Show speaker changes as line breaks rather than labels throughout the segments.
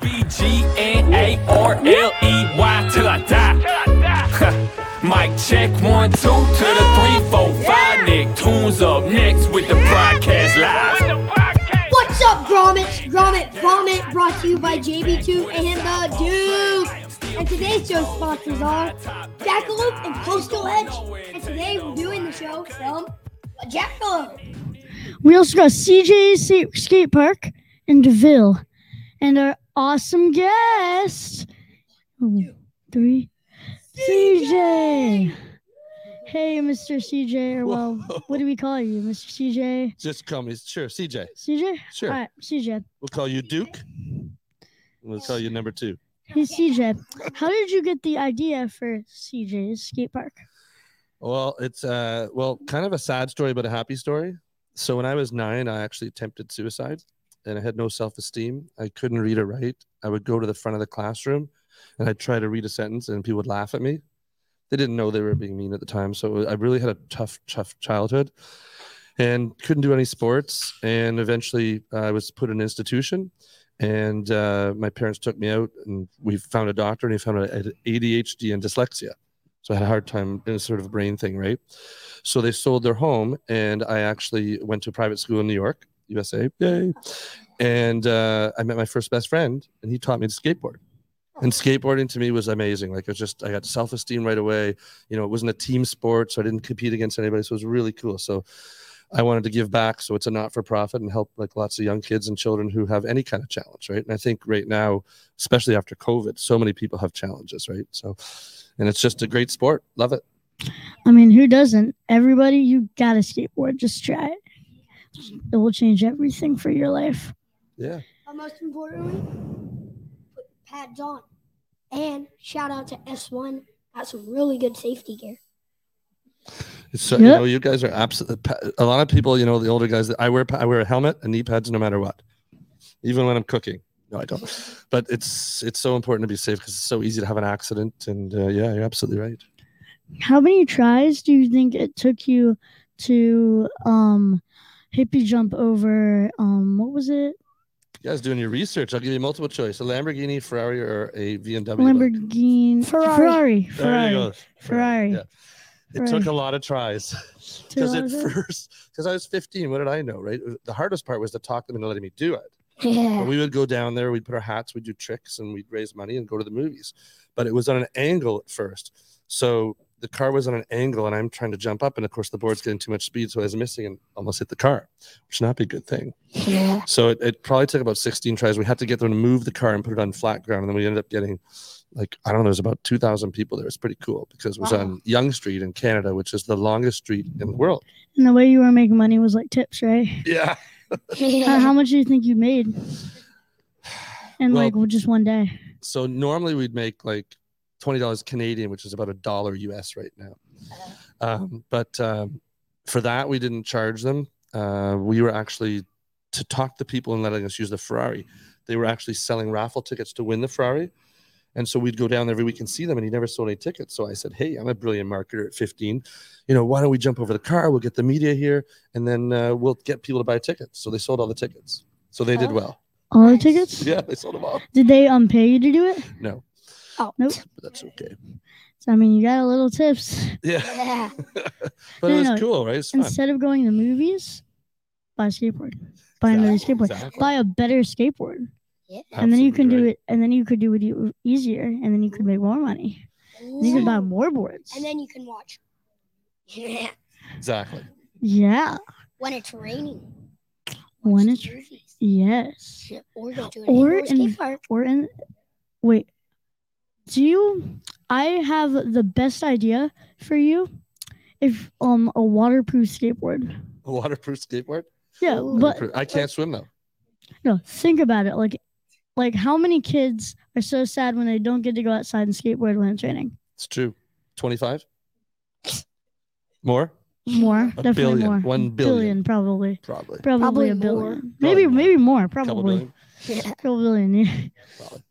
B G N A R L E Y till I die. Mic check one, two, to the three, four, five. Nick tunes up next with the broadcast live.
What's up, Gromit? Gromit, Gromit, brought to you by JB2 and the Duke. And today's show sponsors are Jackalope and Coastal Edge. And today we're doing the show from Jackalope.
We also got CJ Sa- Skate Park and DeVille. And our awesome guest, one, three, CJ. Hey, Mr. CJ, or well, what do we call you, Mr. CJ?
Just call me. Sure, CJ.
CJ?
Sure.
All right, CJ.
We'll call you Duke. We'll call you number two.
Hey, CJ, how did you get the idea for CJ's Skate Park?
Well, it's uh well, kind of a sad story, but a happy story. So when I was nine, I actually attempted suicide and I had no self-esteem. I couldn't read or write. I would go to the front of the classroom and I'd try to read a sentence and people would laugh at me. They didn't know they were being mean at the time. So I really had a tough, tough childhood and couldn't do any sports. And eventually uh, I was put in an institution and uh, my parents took me out and we found a doctor and he found out I had ADHD and dyslexia. So I had a hard time in a sort of brain thing, right? So they sold their home, and I actually went to private school in New York, USA. Yay! And uh, I met my first best friend, and he taught me to skateboard. And skateboarding to me was amazing. Like it was just, I got self esteem right away. You know, it wasn't a team sport, so I didn't compete against anybody. So it was really cool. So I wanted to give back. So it's a not for profit and help like lots of young kids and children who have any kind of challenge, right? And I think right now, especially after COVID, so many people have challenges, right? So, and it's just a great sport. Love it.
I mean, who doesn't? Everybody, you gotta skateboard. Just try it. It will change everything for your life.
Yeah.
But Uh, most importantly, put pads on. And shout out to S1. Got some really good safety gear.
It's so, you
Yeah.
know, you guys are absolutely. A lot of people, you know, the older guys, I wear pa- I wear a helmet and knee pads no matter what, even when I'm cooking. No, I don't. But it's it's so important to be safe because it's so easy to have an accident. And uh, yeah, you're absolutely right.
How many tries do you think it took you to um hippie jump over um what was it?
You guys doing your research? I'll give you multiple choice: a Lamborghini, Ferrari, or a BMW. bike.
Lamborghini
Ferrari.
Ferrari.
There you
Ferrari.
go.
Ferrari.
Yeah. It
Ferrari.
took a lot of tries
Two
because at
hours in?
first, because I was 15, what did I know, right? The hardest part was to talk them into letting me do it. But
Yeah.
we would go down there, we'd put our hats, we'd do tricks, and we'd raise money and go to the movies. But it was on an angle at first. So the car was on an angle, and I'm trying to jump up. And of course, the board's getting too much speed. So I was missing and almost hit the car, which should not be a good thing.
Yeah.
So it, it probably took about 16 tries. We had to get them to move the car and put it on flat ground. And then we ended up getting like, I don't know, there's about 2,000 people there. It's pretty cool because it was
Wow.
on Young Street in Canada, which is the longest street in the world.
And the way you were making money was like tips, right?
Yeah.
How- how much do you think you made? And
Well-
like well, just one day.
so normally we'd make like twenty dollars Canadian, which is about a dollar US right now. Um, but um, for that, we didn't charge them. Uh, we were actually to talk the people and letting us use the Ferrari. They were actually selling raffle tickets to win the Ferrari. And so we'd go down every week and see them, and he never sold any tickets. So I said, "Hey, I'm a brilliant marketer at 15. You know, why don't we jump over the car? We'll get the media here, and then uh, we'll get people to buy tickets." So they sold all the tickets. So they did
Oh.
well.
All the
Nice.
tickets?
Yeah, they sold them all.
Did they um pay you to do it?
No,
Oh.
Nope.
but that's okay.
So I mean you got a little tips.
Yeah.
Yeah.
But
No,
it was
no,
cool, right? It's fun.
Instead of going to movies, buy a skateboard. Buy another skateboard.
Exactly.
Buy a better skateboard.
Yeah.
and then you can
Absolutely
do
right.
it and then you could do it e- easier and then you could make more money and you could buy more boards
And then you can watch. Yeah.
Exactly.
yeah
When it's raining.
When
the
it's-
movies.
yes
Yeah, Or go to an
Or
indoor skate
in-
park.
or in wait do you i have the best idea for you if um a waterproof skateboard
A waterproof skateboard.
yeah
Ooh.
but
I can't swim though.
no think about it like like how many kids are so sad when they don't get to go outside and skateboard when it's raining
It's true. Twenty-five. More
more
A
definitely
billion.
more
One billion.
probably
probably.
probably,
Probably
a billion
more.
maybe
Probably.
maybe more
Couple
probably
billion.
Yeah.
Couple billion, yeah.
Probably.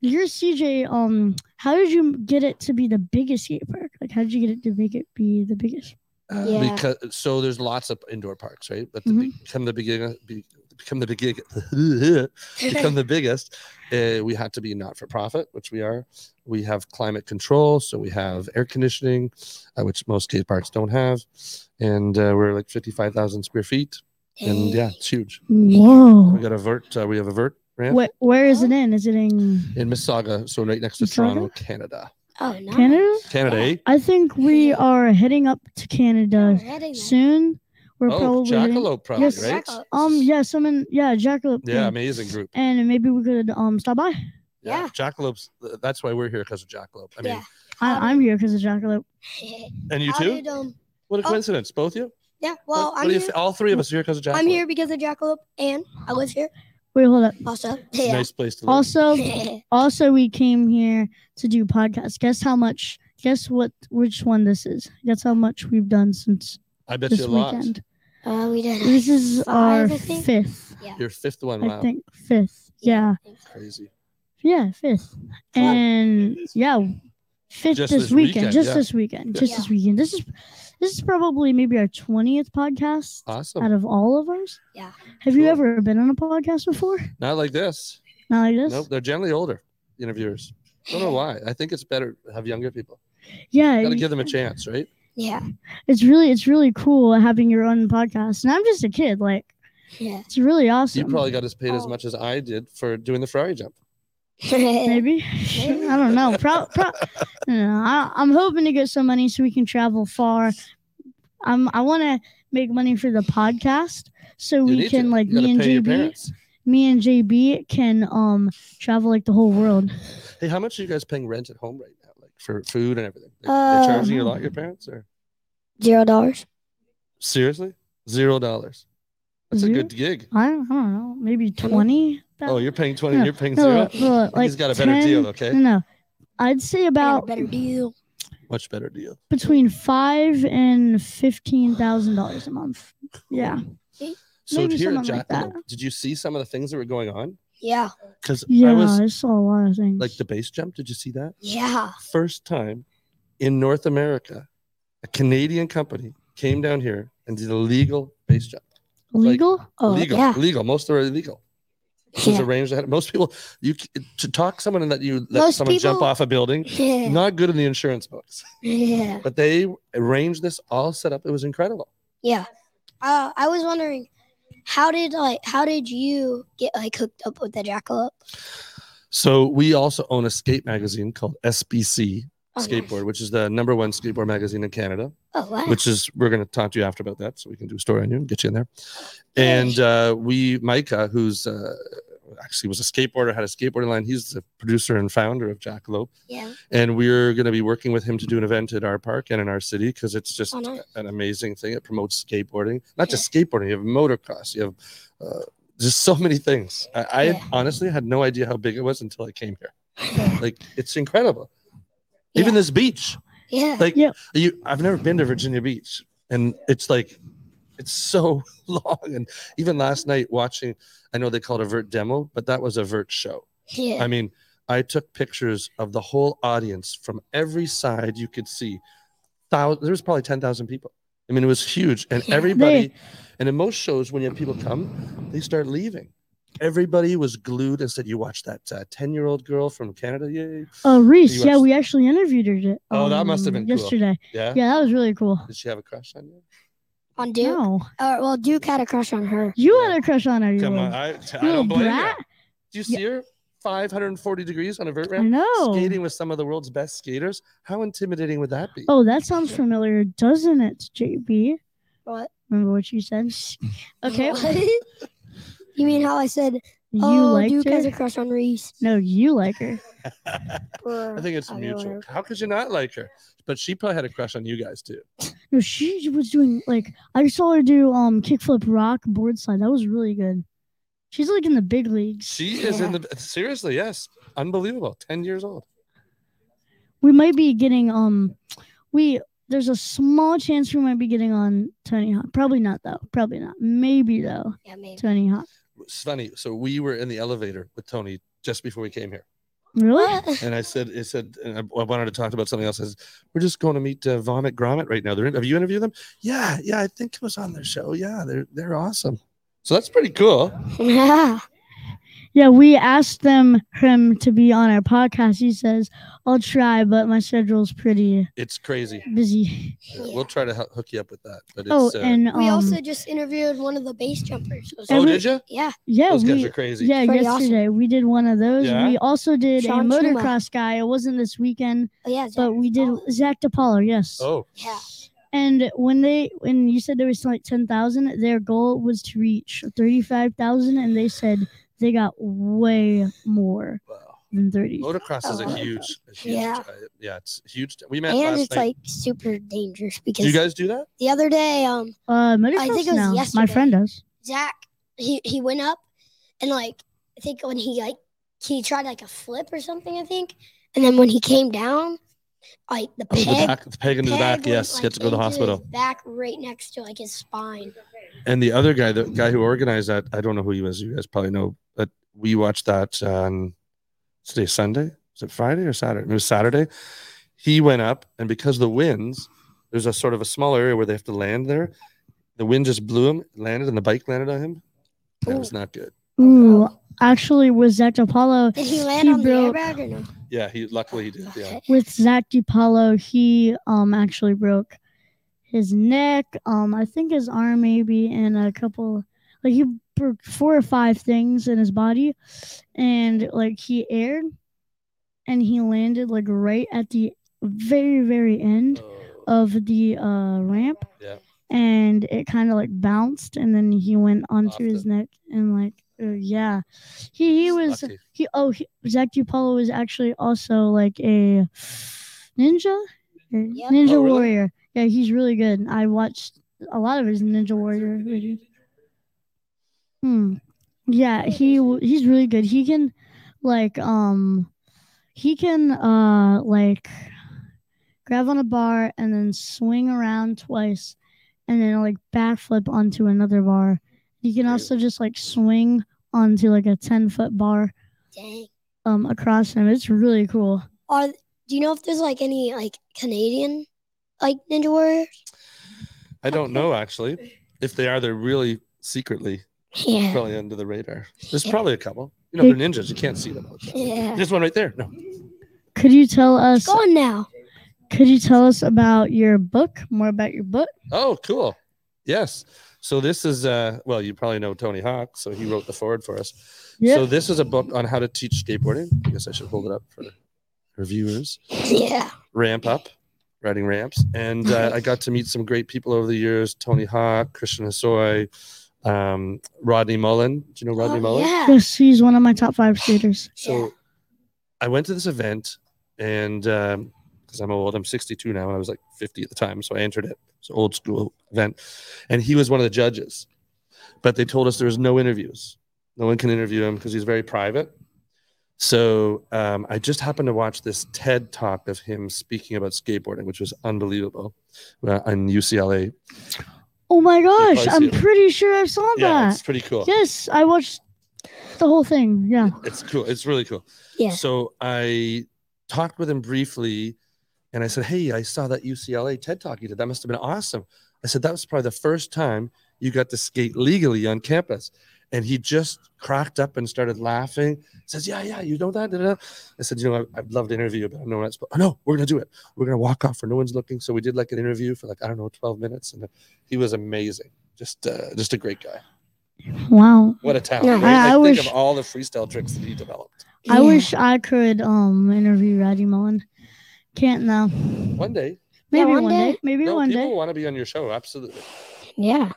Your CJ, um, how did you get it to be the biggest skate park? Like, how did you get it to make it be the biggest?
Uh,
Yeah.
Because so there's lots of indoor parks, right? But the,
Mhm.
be- come the beginning, be, to become the big, become the biggest, uh, we had to be not for profit, which we are. We have climate control, so we have air conditioning, uh, which most skate parks don't have, and uh, we're like fifty-five thousand square feet, and yeah, it's huge. We
Whoa.
got a vert. Uh, we have a vert ramp
Wh- where is it in? Is it in
in Mississauga, so right next to
Mississauga?
Toronto, Canada.
Oh, nice.
Canada?
Canada, eh?
I think we are heading up to Canada soon. We're
Oh,
probably heading-
Jackalope, probably
Yes.
right?
Jackalope.
um yes, I'm in yeah Jackalope.
Yeah, amazing group.
and maybe we could um stop by.
Yeah.
Jackalopes. That's why we're here because of Jackalope. I mean,
Yeah.
I, I'm here because of Jackalope.
and you
How
too.
did, um,
What a
Oh.
coincidence, both you.
yeah, well,
What- what
I'm
do you
here.
say? Oh, all three of us are here because of Jackalope.
I'm here because of Jackalope, and I live here
Wait, hold up.
also.
It's a
Yeah.
Nice place to live.
Also, also we came here to do podcasts. Guess how much? Guess what? Which one this is? Guess how much we've done since
I bet
this
you a lot.
weekend.
uh, we did.
This is our
Five, I think.
fifth,
Your fifth one.
I
Wow,
think fifth. Yeah,
crazy.
yeah, fifth, and yeah, fifth
Just
this,
this
weekend,
weekend,
Just
yeah.
this weekend. Just
Yeah.
this weekend. This is this is probably maybe our twentieth podcast out
Awesome.
of all of ours.
Yeah.
Have you
Sure.
ever been on a podcast before?
Not like this.
Not like this.
Nope. They're generally older interviewers. Don't know why. I think it's better to have younger people.
Yeah,
Gotta
it-
give them a chance, right?
Yeah.
it's really it's really cool having your own podcast. And I'm just a kid. Like
Yeah.
it's really awesome.
You probably got as paid as
Oh.
much as I did for doing the Ferrari jump.
Maybe
Maybe.
I don't know. Pro, pro, no, I, I'm hoping to get some money so we can travel far. I'm, I want to make money for the podcast so
You
we
need
can
to.
like
You gotta
me and
pay your
JB,
parents.
me and JB can um travel like the whole world.
Hey, how much are you guys paying rent at home right now, like for food and everything? They,
Uh,
they're charging you a lot,
hmm.
your parents, or
Zero dollars.
seriously, zero dollars. That's a
Zero?
good gig.
I, don't- I don't know, maybe twenty.
Oh, you're paying twenty.
No,
you're paying
no,
zero.
look, look,
I think he's
like
got a better
10
deal. Okay,
No, no, I'd say about
better deal.
much better deal.
between five and fifteen thousand dollars a month. Yeah,
So
Maybe
here at
something like
Jackalope, did you see some of the things that were going on?
Yeah.
Because
yeah.
I was
I saw a lot of things.
like the base jump. Did you see that?
Yeah.
First time in North America, a Canadian company came down here and did a legal base jump.
legal.
Oh,
legal,
yeah.
legal. Most are illegal. It was
Yeah.
arranged ahead. Most people, you c- to talk someone and that you let
Most
someone jump
people-
off a building.
Yeah.
Not good in the insurance books,
Yeah.
but they arranged this all set up. It was incredible.
Yeah. Uh, I was wondering, how did like how did you get like hooked up with the jackalope?
So we also own a skate magazine called SBC
Oh, nice.
Skateboard, which is the number one skateboard magazine in Canada.
Oh wow.
Which is we're going to talk to you after about that, so we can do a story on you and get you in there.
Yay.
And uh, we, Micah, who's uh, actually was a skateboarder, had a skateboarding line. He's the producer and founder of Jackalope.
yeah.
and we're going to be working with him to do an event at our park and in our city because it's just
Oh, nice.
an amazing thing. It promotes skateboarding, not just skateboarding. You have motocross. You have uh, just so many things. I, I
Yeah.
honestly had no idea how big it was until I came here.
Yeah.
Like it's incredible. Even this beach,
Yeah.
like
Yeah.
you, I've never been to Virginia Beach, and it's like it's so long. And even last night watching, I know they called a vert demo, but that was a vert show.
Yeah.
I mean, I took pictures of the whole audience from every side you could see. Thou- There was probably 10,000 people. I mean, it was huge. And
Yeah.
everybody, and in most shows, when you have people come, they start leaving. Everybody was glued and said, You watch that 10 year old girl from Canada? Yay.
Oh, Reese.
You
Yeah,
watched-
we actually interviewed her. to-
Oh, that must have
um,
been cool.
yesterday.
Yeah.
Yeah, that was really cool.
Did she have a crush on you?
On Duke.
No,
Uh, well, Duke had a crush on her.
you
Yeah.
had a crush on her. You
Come on.
little-
I, t-
you
I don't
little
blame
brat.
you. Do you see her? 540 degrees on a vert
I
ramp,
know.
skating with some of the world's best skaters. How intimidating would that be?
Oh, that sounds familiar, doesn't it, JB?
What?
Remember what you said? Okay.
What? you mean how I said,
You
oh,
liked
Duke has
her?
a crush on Reese? Oh,
No, you like her. Oh.
I think it's
I
mutual.
don't-
How could you not like her? But she probably had a crush on you guys too.
No, she was doing like I saw her do um kickflip rock board slide. That was really good. She's like in the big leagues.
She is in the seriously, yes, unbelievable. Ten years old.
We might be getting um we there's a small chance we might be getting on Tony Hawk. Probably not though. Probably not. Maybe though.
Yeah, maybe.
Tony Hawk.
It's funny. So we were in the elevator with Tony just before we came here,
Really?
and I said, "I said and I I wanted to talk about something else." I said, "We're just going to meet uh, Vomit Gromit right now. They're in, have you interviewed them? Yeah, yeah. I think it was on their show. Yeah, they're they're awesome. So that's pretty cool.
Yeah.
Yeah, we asked them him to be on our podcast. He says, "I'll try, but my schedule's pretty
It's crazy.
busy."
Yeah, We'll try to hel- hook you up with that. But it's,
Oh,
uh,
and um,
We also just interviewed one of the base jumpers.
oh,
every-
did you?
Yeah.
yeah,
Those guys
we
are crazy.
yeah
Pretty awesome.
yesterday we did one of those.
Yeah?
We also did
Sean
a
Schumacher.
motocross guy. It wasn't this weekend,
Oh, yeah. Zach.
but we did Zach DePaulo. Yes.
Oh,
Yeah.
And when they when you said there was like ten thousand, their goal was to reach thirty five thousand, and they said they got way more
wow.
than thirty.
Motocross is
Oh,
a
wow.
huge, a huge
Yeah.
uh, yeah, it's huge. We met
And
last
it's like
night.
super dangerous
do
because
you guys do that?
the other day, um,
Uh, motocross
I think it was
now. My
yesterday.
friend does.
Zach, he, he went up and like I think when he like he tried like a flip or something, I think, and then when he came down, like the
Oh, the,
peg.
back, the peg into the
peg
back.
went,
Yes,
like,
you have to go to the
into
hospital.
His back right next to like his spine.
And the other guy, the guy who organized that, I don't know who he was. You guys probably know, but we watched that on today, Sunday. Was it Friday or Saturday? It was Saturday. He went up, and because of the winds, there's a sort of a small area where they have to land there. The wind just blew him, landed, and the bike landed on him. That
Ooh.
was not good.
Ooh, actually, with Zach DiPaolo,
Oh, Did he land on
broke
the airbag or no?
Yeah, he luckily he did. Yeah,
with Zach DiPaolo, he um actually broke his neck, um I think his arm maybe, and a couple like he broke four or five things in his body, and like he aired, and he landed like right at the very very end
Oh,
of the uh ramp,
Yeah.
and it kind of like bounced, and then he went onto
Off
his
the-
neck and like. uh, yeah, he, he
He's
was
lucky.
he oh he, Zach DiPaolo was actually also like a ninja, Or
Yep.
ninja
Oh, really?
warrior. Yeah, he's really good. I watched a lot of his ninja warrior videos. Hmm. Yeah, he w- he's really good. He can like um he can uh like grab on a bar and then swing around twice and then like backflip onto another bar. He can
Really?
also just like swing onto like a 10 foot bar
Dang.
um across him. It's really cool.
Are do you know if there's like any like Canadian like ninja warriors?
I don't know actually. If they are, they're really secretly
Yeah.
probably under the radar. There's
Yeah.
probably a couple. You know, they're ninjas. You can't see them. all the time.
Yeah.
There's one right there. No.
Could you tell us
Go on now.
could you tell us about your book? More about your book?
Oh, cool. Yes. So this is uh well, you probably know Tony Hawk, so he wrote the forward for us.
Yeah.
So this is a book on how to teach skateboarding. I guess I should hold it up for our viewers.
Yeah.
Ramp up, riding ramps, and uh,
Mm-hmm.
I got to meet some great people over the years: Tony Hawk, Christian Hassoy, um, Rodney Mullen. Do you know Rodney
Oh,
Mullen?
yeah.
Yes, he's one of my top five skaters.
So I went to this event and because I'm old, I'm 62 now, and I was like 50 at the time. So I entered it. It's an old school event. And he was one of the judges. But they told us there was no interviews. No one can interview him because he's very private. So um, I just happened to watch this TED talk of him speaking about skateboarding, which was unbelievable uh, on UCLA.
Oh my gosh,
probably
I'm
see it.
pretty sure I saw
Yeah,
that.
it's pretty cool.
Yes, I watched the whole thing. Yeah.
It's cool. It's really cool.
Yeah.
So I talked with him briefly and I said, Hey, I saw that UCLA TED talk you did. That must have been awesome. I said, That was probably the first time you got to skate legally on campus. And he just cracked up and started laughing. says, Yeah, yeah, you know that. da, da, da." I said, You know, I- I'd love to interview you, but I know that's, oh, no, we're going to do it. We're going to walk off where no one's looking. So we did like an interview for like, I don't know, 12 minutes. And uh, he was amazing. Just, uh, just a great guy.
Wow.
What a talent!
Yeah.
right?
I- I
like,
wish-
think of all the freestyle tricks that he developed.
I
Yeah.
wish I could um interview Roddy Mullen. Can't now.
One day,
Maybe
one
one
day.
day. Maybe
no,
one
people
day.
want to be on your show, absolutely.
Yeah.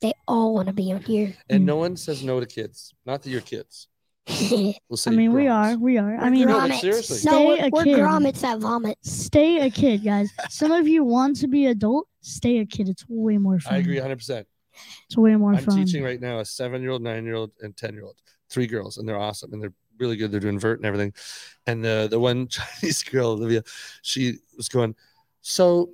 They all want to be on here.
And
Mm.
no one says no to kids. Not that you're kids. We'll say
I mean, we are.
grown-ups.
We are. I
We're
mean,
No, but
grommets.
seriously.
No,
Stay
we're,
a
we're
kid.
grommets that vomit.
stay a kid, guys. Some of you want to be adult. Stay a kid. It's way more fun.
I agree 100. percent
It's way more
I'm
fun.
teaching right now a seven-year-old, nine-year-old, and ten-year-old. Three girls, and they're awesome, and they're really good. They're doing vert and everything. And uh, the the one Chinese girl, Olivia, she was going, so.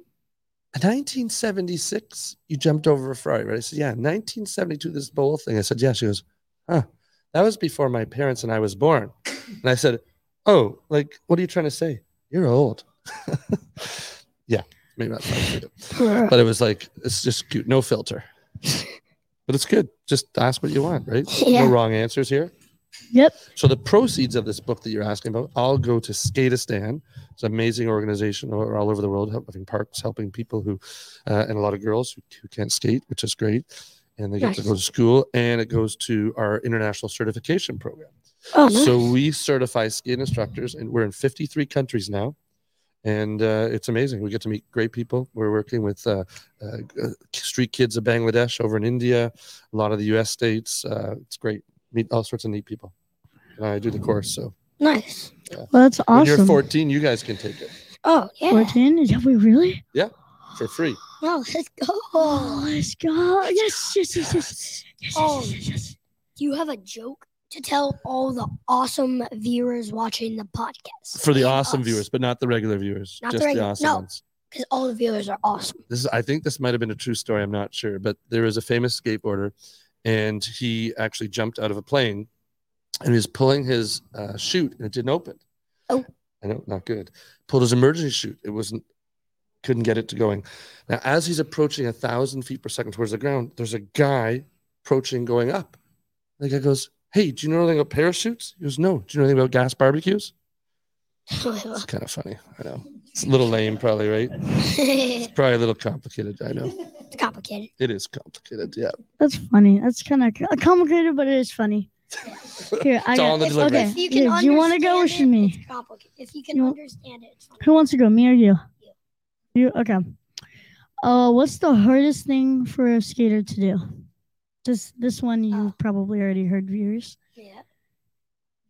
1976, you jumped over a Ferrari, right? I said, Yeah, 1972, this bowl thing. I said, Yeah. She goes, Huh, that was before my parents and I was born. And I said, Oh, like, what are you trying to say? You're old. yeah, maybe not. But it was like, it's just cute, no filter. But it's good. Just ask what you want, right?
Yeah.
No wrong answers here.
Yep.
So the proceeds of this book that you're asking about, all go to Skatistan. It's an amazing organization over- all over the world, help- having parks, helping people who, uh, and a lot of girls who, who can't skate, which is great. And they get to
Nice.
go to school, and it goes to our international certification program.
Oh,
So we certify skate instructors, and we're in 53 countries now, and uh, it's amazing. We get to meet great people. We're working with uh, uh, street kids of Bangladesh over in India, a lot of the U.S. states. Uh, it's great. Meet all sorts of neat people. And I do the course, so
nice.
Well, that's
when you're
awesome.
14, you guys can take it
Oh, yeah.
14? Yeah, we really?
for free.
Well, let's go.
Oh, let's go. Yes, yes, yes, yes. Yes,
Oh.
yes, yes, yes.
Do you have a joke to tell all the awesome viewers watching the podcast?
For the awesome
Us.
viewers, but not the regular viewers,
Not the
just the,
regular-
awesome
no.
ones.
Because all the viewers are awesome.
this is i think this might have been a true story i'm not sure but there was a famous skateboarder and he actually jumped out of a plane and he was pulling his uh, chute and it didn't open
Oh.
i know not good pulled his emergency chute it wasn't couldn't get it to going now as he's approaching a thousand feet per second towards the ground there's a guy approaching going up the guy goes hey do you know anything about parachutes he goes no do you know anything about gas barbecues it's kind of funny i know it's a little lame probably right
it's
probably a little complicated i know
complicated.
it is complicated. Yeah.
That's funny. That's kind of complicated, but it is funny. Here, I
It's all
got,
in the delivery.
Okay. Yeah, do you wanna
understand
go or
it,
should me?
It's complicated. If you can
You want-
understand it, it's fine.
Who wants to go? Me or you? You okay. Uh what's the hardest thing for a skater to do? This this one you
Oh.
have probably already heard viewers.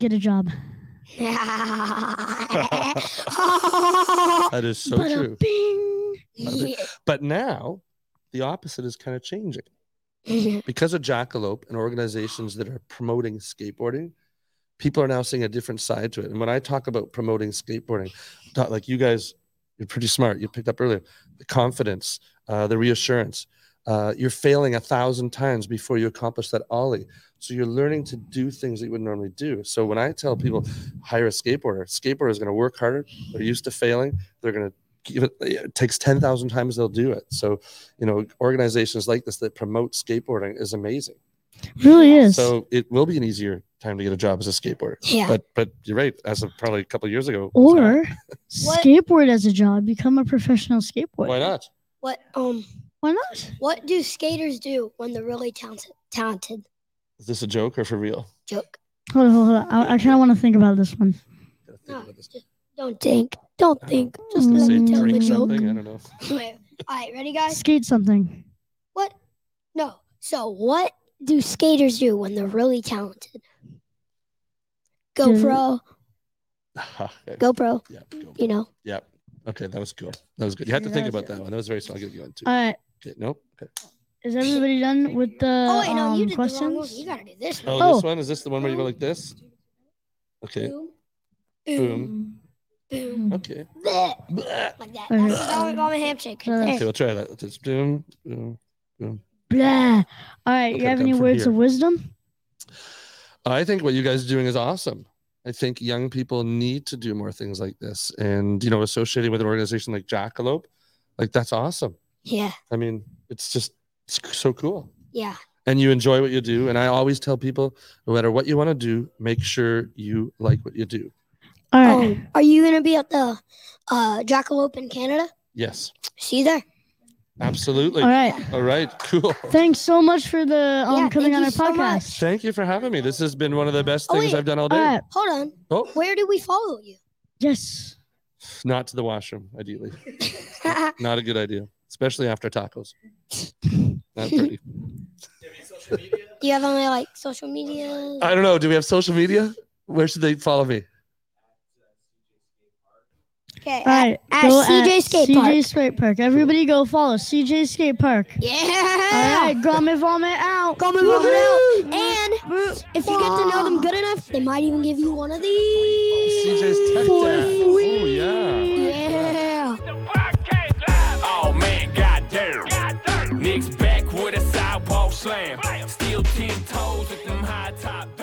Get a job.
Yeah.
That is so
Bada
true.
bing.
But now the opposite is kind of changing. Because of Jackalope and organizations that are promoting skateboarding, people are now seeing a different side to it. And when I talk about promoting skateboarding, not like you guys, you're pretty smart. You picked up earlier the confidence, uh, the reassurance. Uh, you're failing a thousand times before you accomplish that ollie. So you're learning to do things that you would normally do. So when I tell people hire a skateboarder, skateboarder is going to work harder. They're used to failing. They're going to give it, it takes 10,000 times they'll do it. So, you know, organizations like this that promote skateboarding is amazing.
Really is.
So it will be an easier time to get a job as a skateboarder.
yeah.
But but you're right. As of probably a couple of years ago, it's not.
or
What-
skateboard as a job. Become a professional skateboarder.
why not?
What um
Why not?
what do skaters do when they're really talented talented
Is this a joke or for real?
joke?
Hold on, hold on. I, I kind of want to think about this one.
Gotta think
No,
about this.
just don't think. Don't
I don't
think.
know.
Just
They
let
say
me tell the
drink
joke.
something. I don't know.
Wait, all right, ready guys?
Skate something.
What? No. So what do skaters do when they're really talented?
Mm.
GoPro,
Okay.
GoPro,
Yep. Go.
you know.
Yep. Okay, that was cool. That was good. You had to think about that one. That was very small. I'll give you one too.
Uh,
All right.
Okay, no. Okay.
Is everybody done with the
oh wait, no,
um,
you did the wrong one.
questions?
You gotta do this one.
Oh,
Oh.
this one is this the one where you go like this? Okay.
Boom.
Boom.
Boom.
Okay.
Bleh.
Blah.
Like that.
Okay.
That's how I got my handshake.
Uh,
There.
Okay, we'll try that. Just boom, boom, boom.
Blah. All right.
Okay,
you have
done
any
from
words
here.
of wisdom?
I think what you guys are doing is awesome. I think young people need to do more things like this, and you know, associating with an organization like Jackalope, like that's awesome.
Yeah.
I mean, it's just it's so cool.
Yeah.
And you enjoy what you do. And I always tell people, no matter what you want to do, make sure you like what you do.
All right.
Oh, are you gonna be at the uh, Jackalope in Canada?
Yes,
See you there.
absolutely.
Oh.
All right.
All right, cool.
Thanks so much for the um,
Yeah,
coming
thank
on
you
our
so
podcast.
Thank you for having me. This has been one of the best
Oh,
things
wait.
I've done all day.
All right.
Hold on.
Oh,
Where do we follow you?
Yes.
not to the washroom, ideally. Not a good idea, especially after tacos. Not pretty.
do you have any like social media?
I don't know. Do we have social media? Where should they follow me?
Okay.
All right.
at CJ Skate
CJ Skate Park. Everybody go follow CJ Skate Park. All
yeah.
right. Grommet Vomit out.
Comment on it out. And if you get to know them good enough, they might even give you one of these.
CJ's tech dad. Oh yeah.
Yeah.
Oh man, goddamn. Nick's back with a sidewalk slam. Still ten toes with them high top.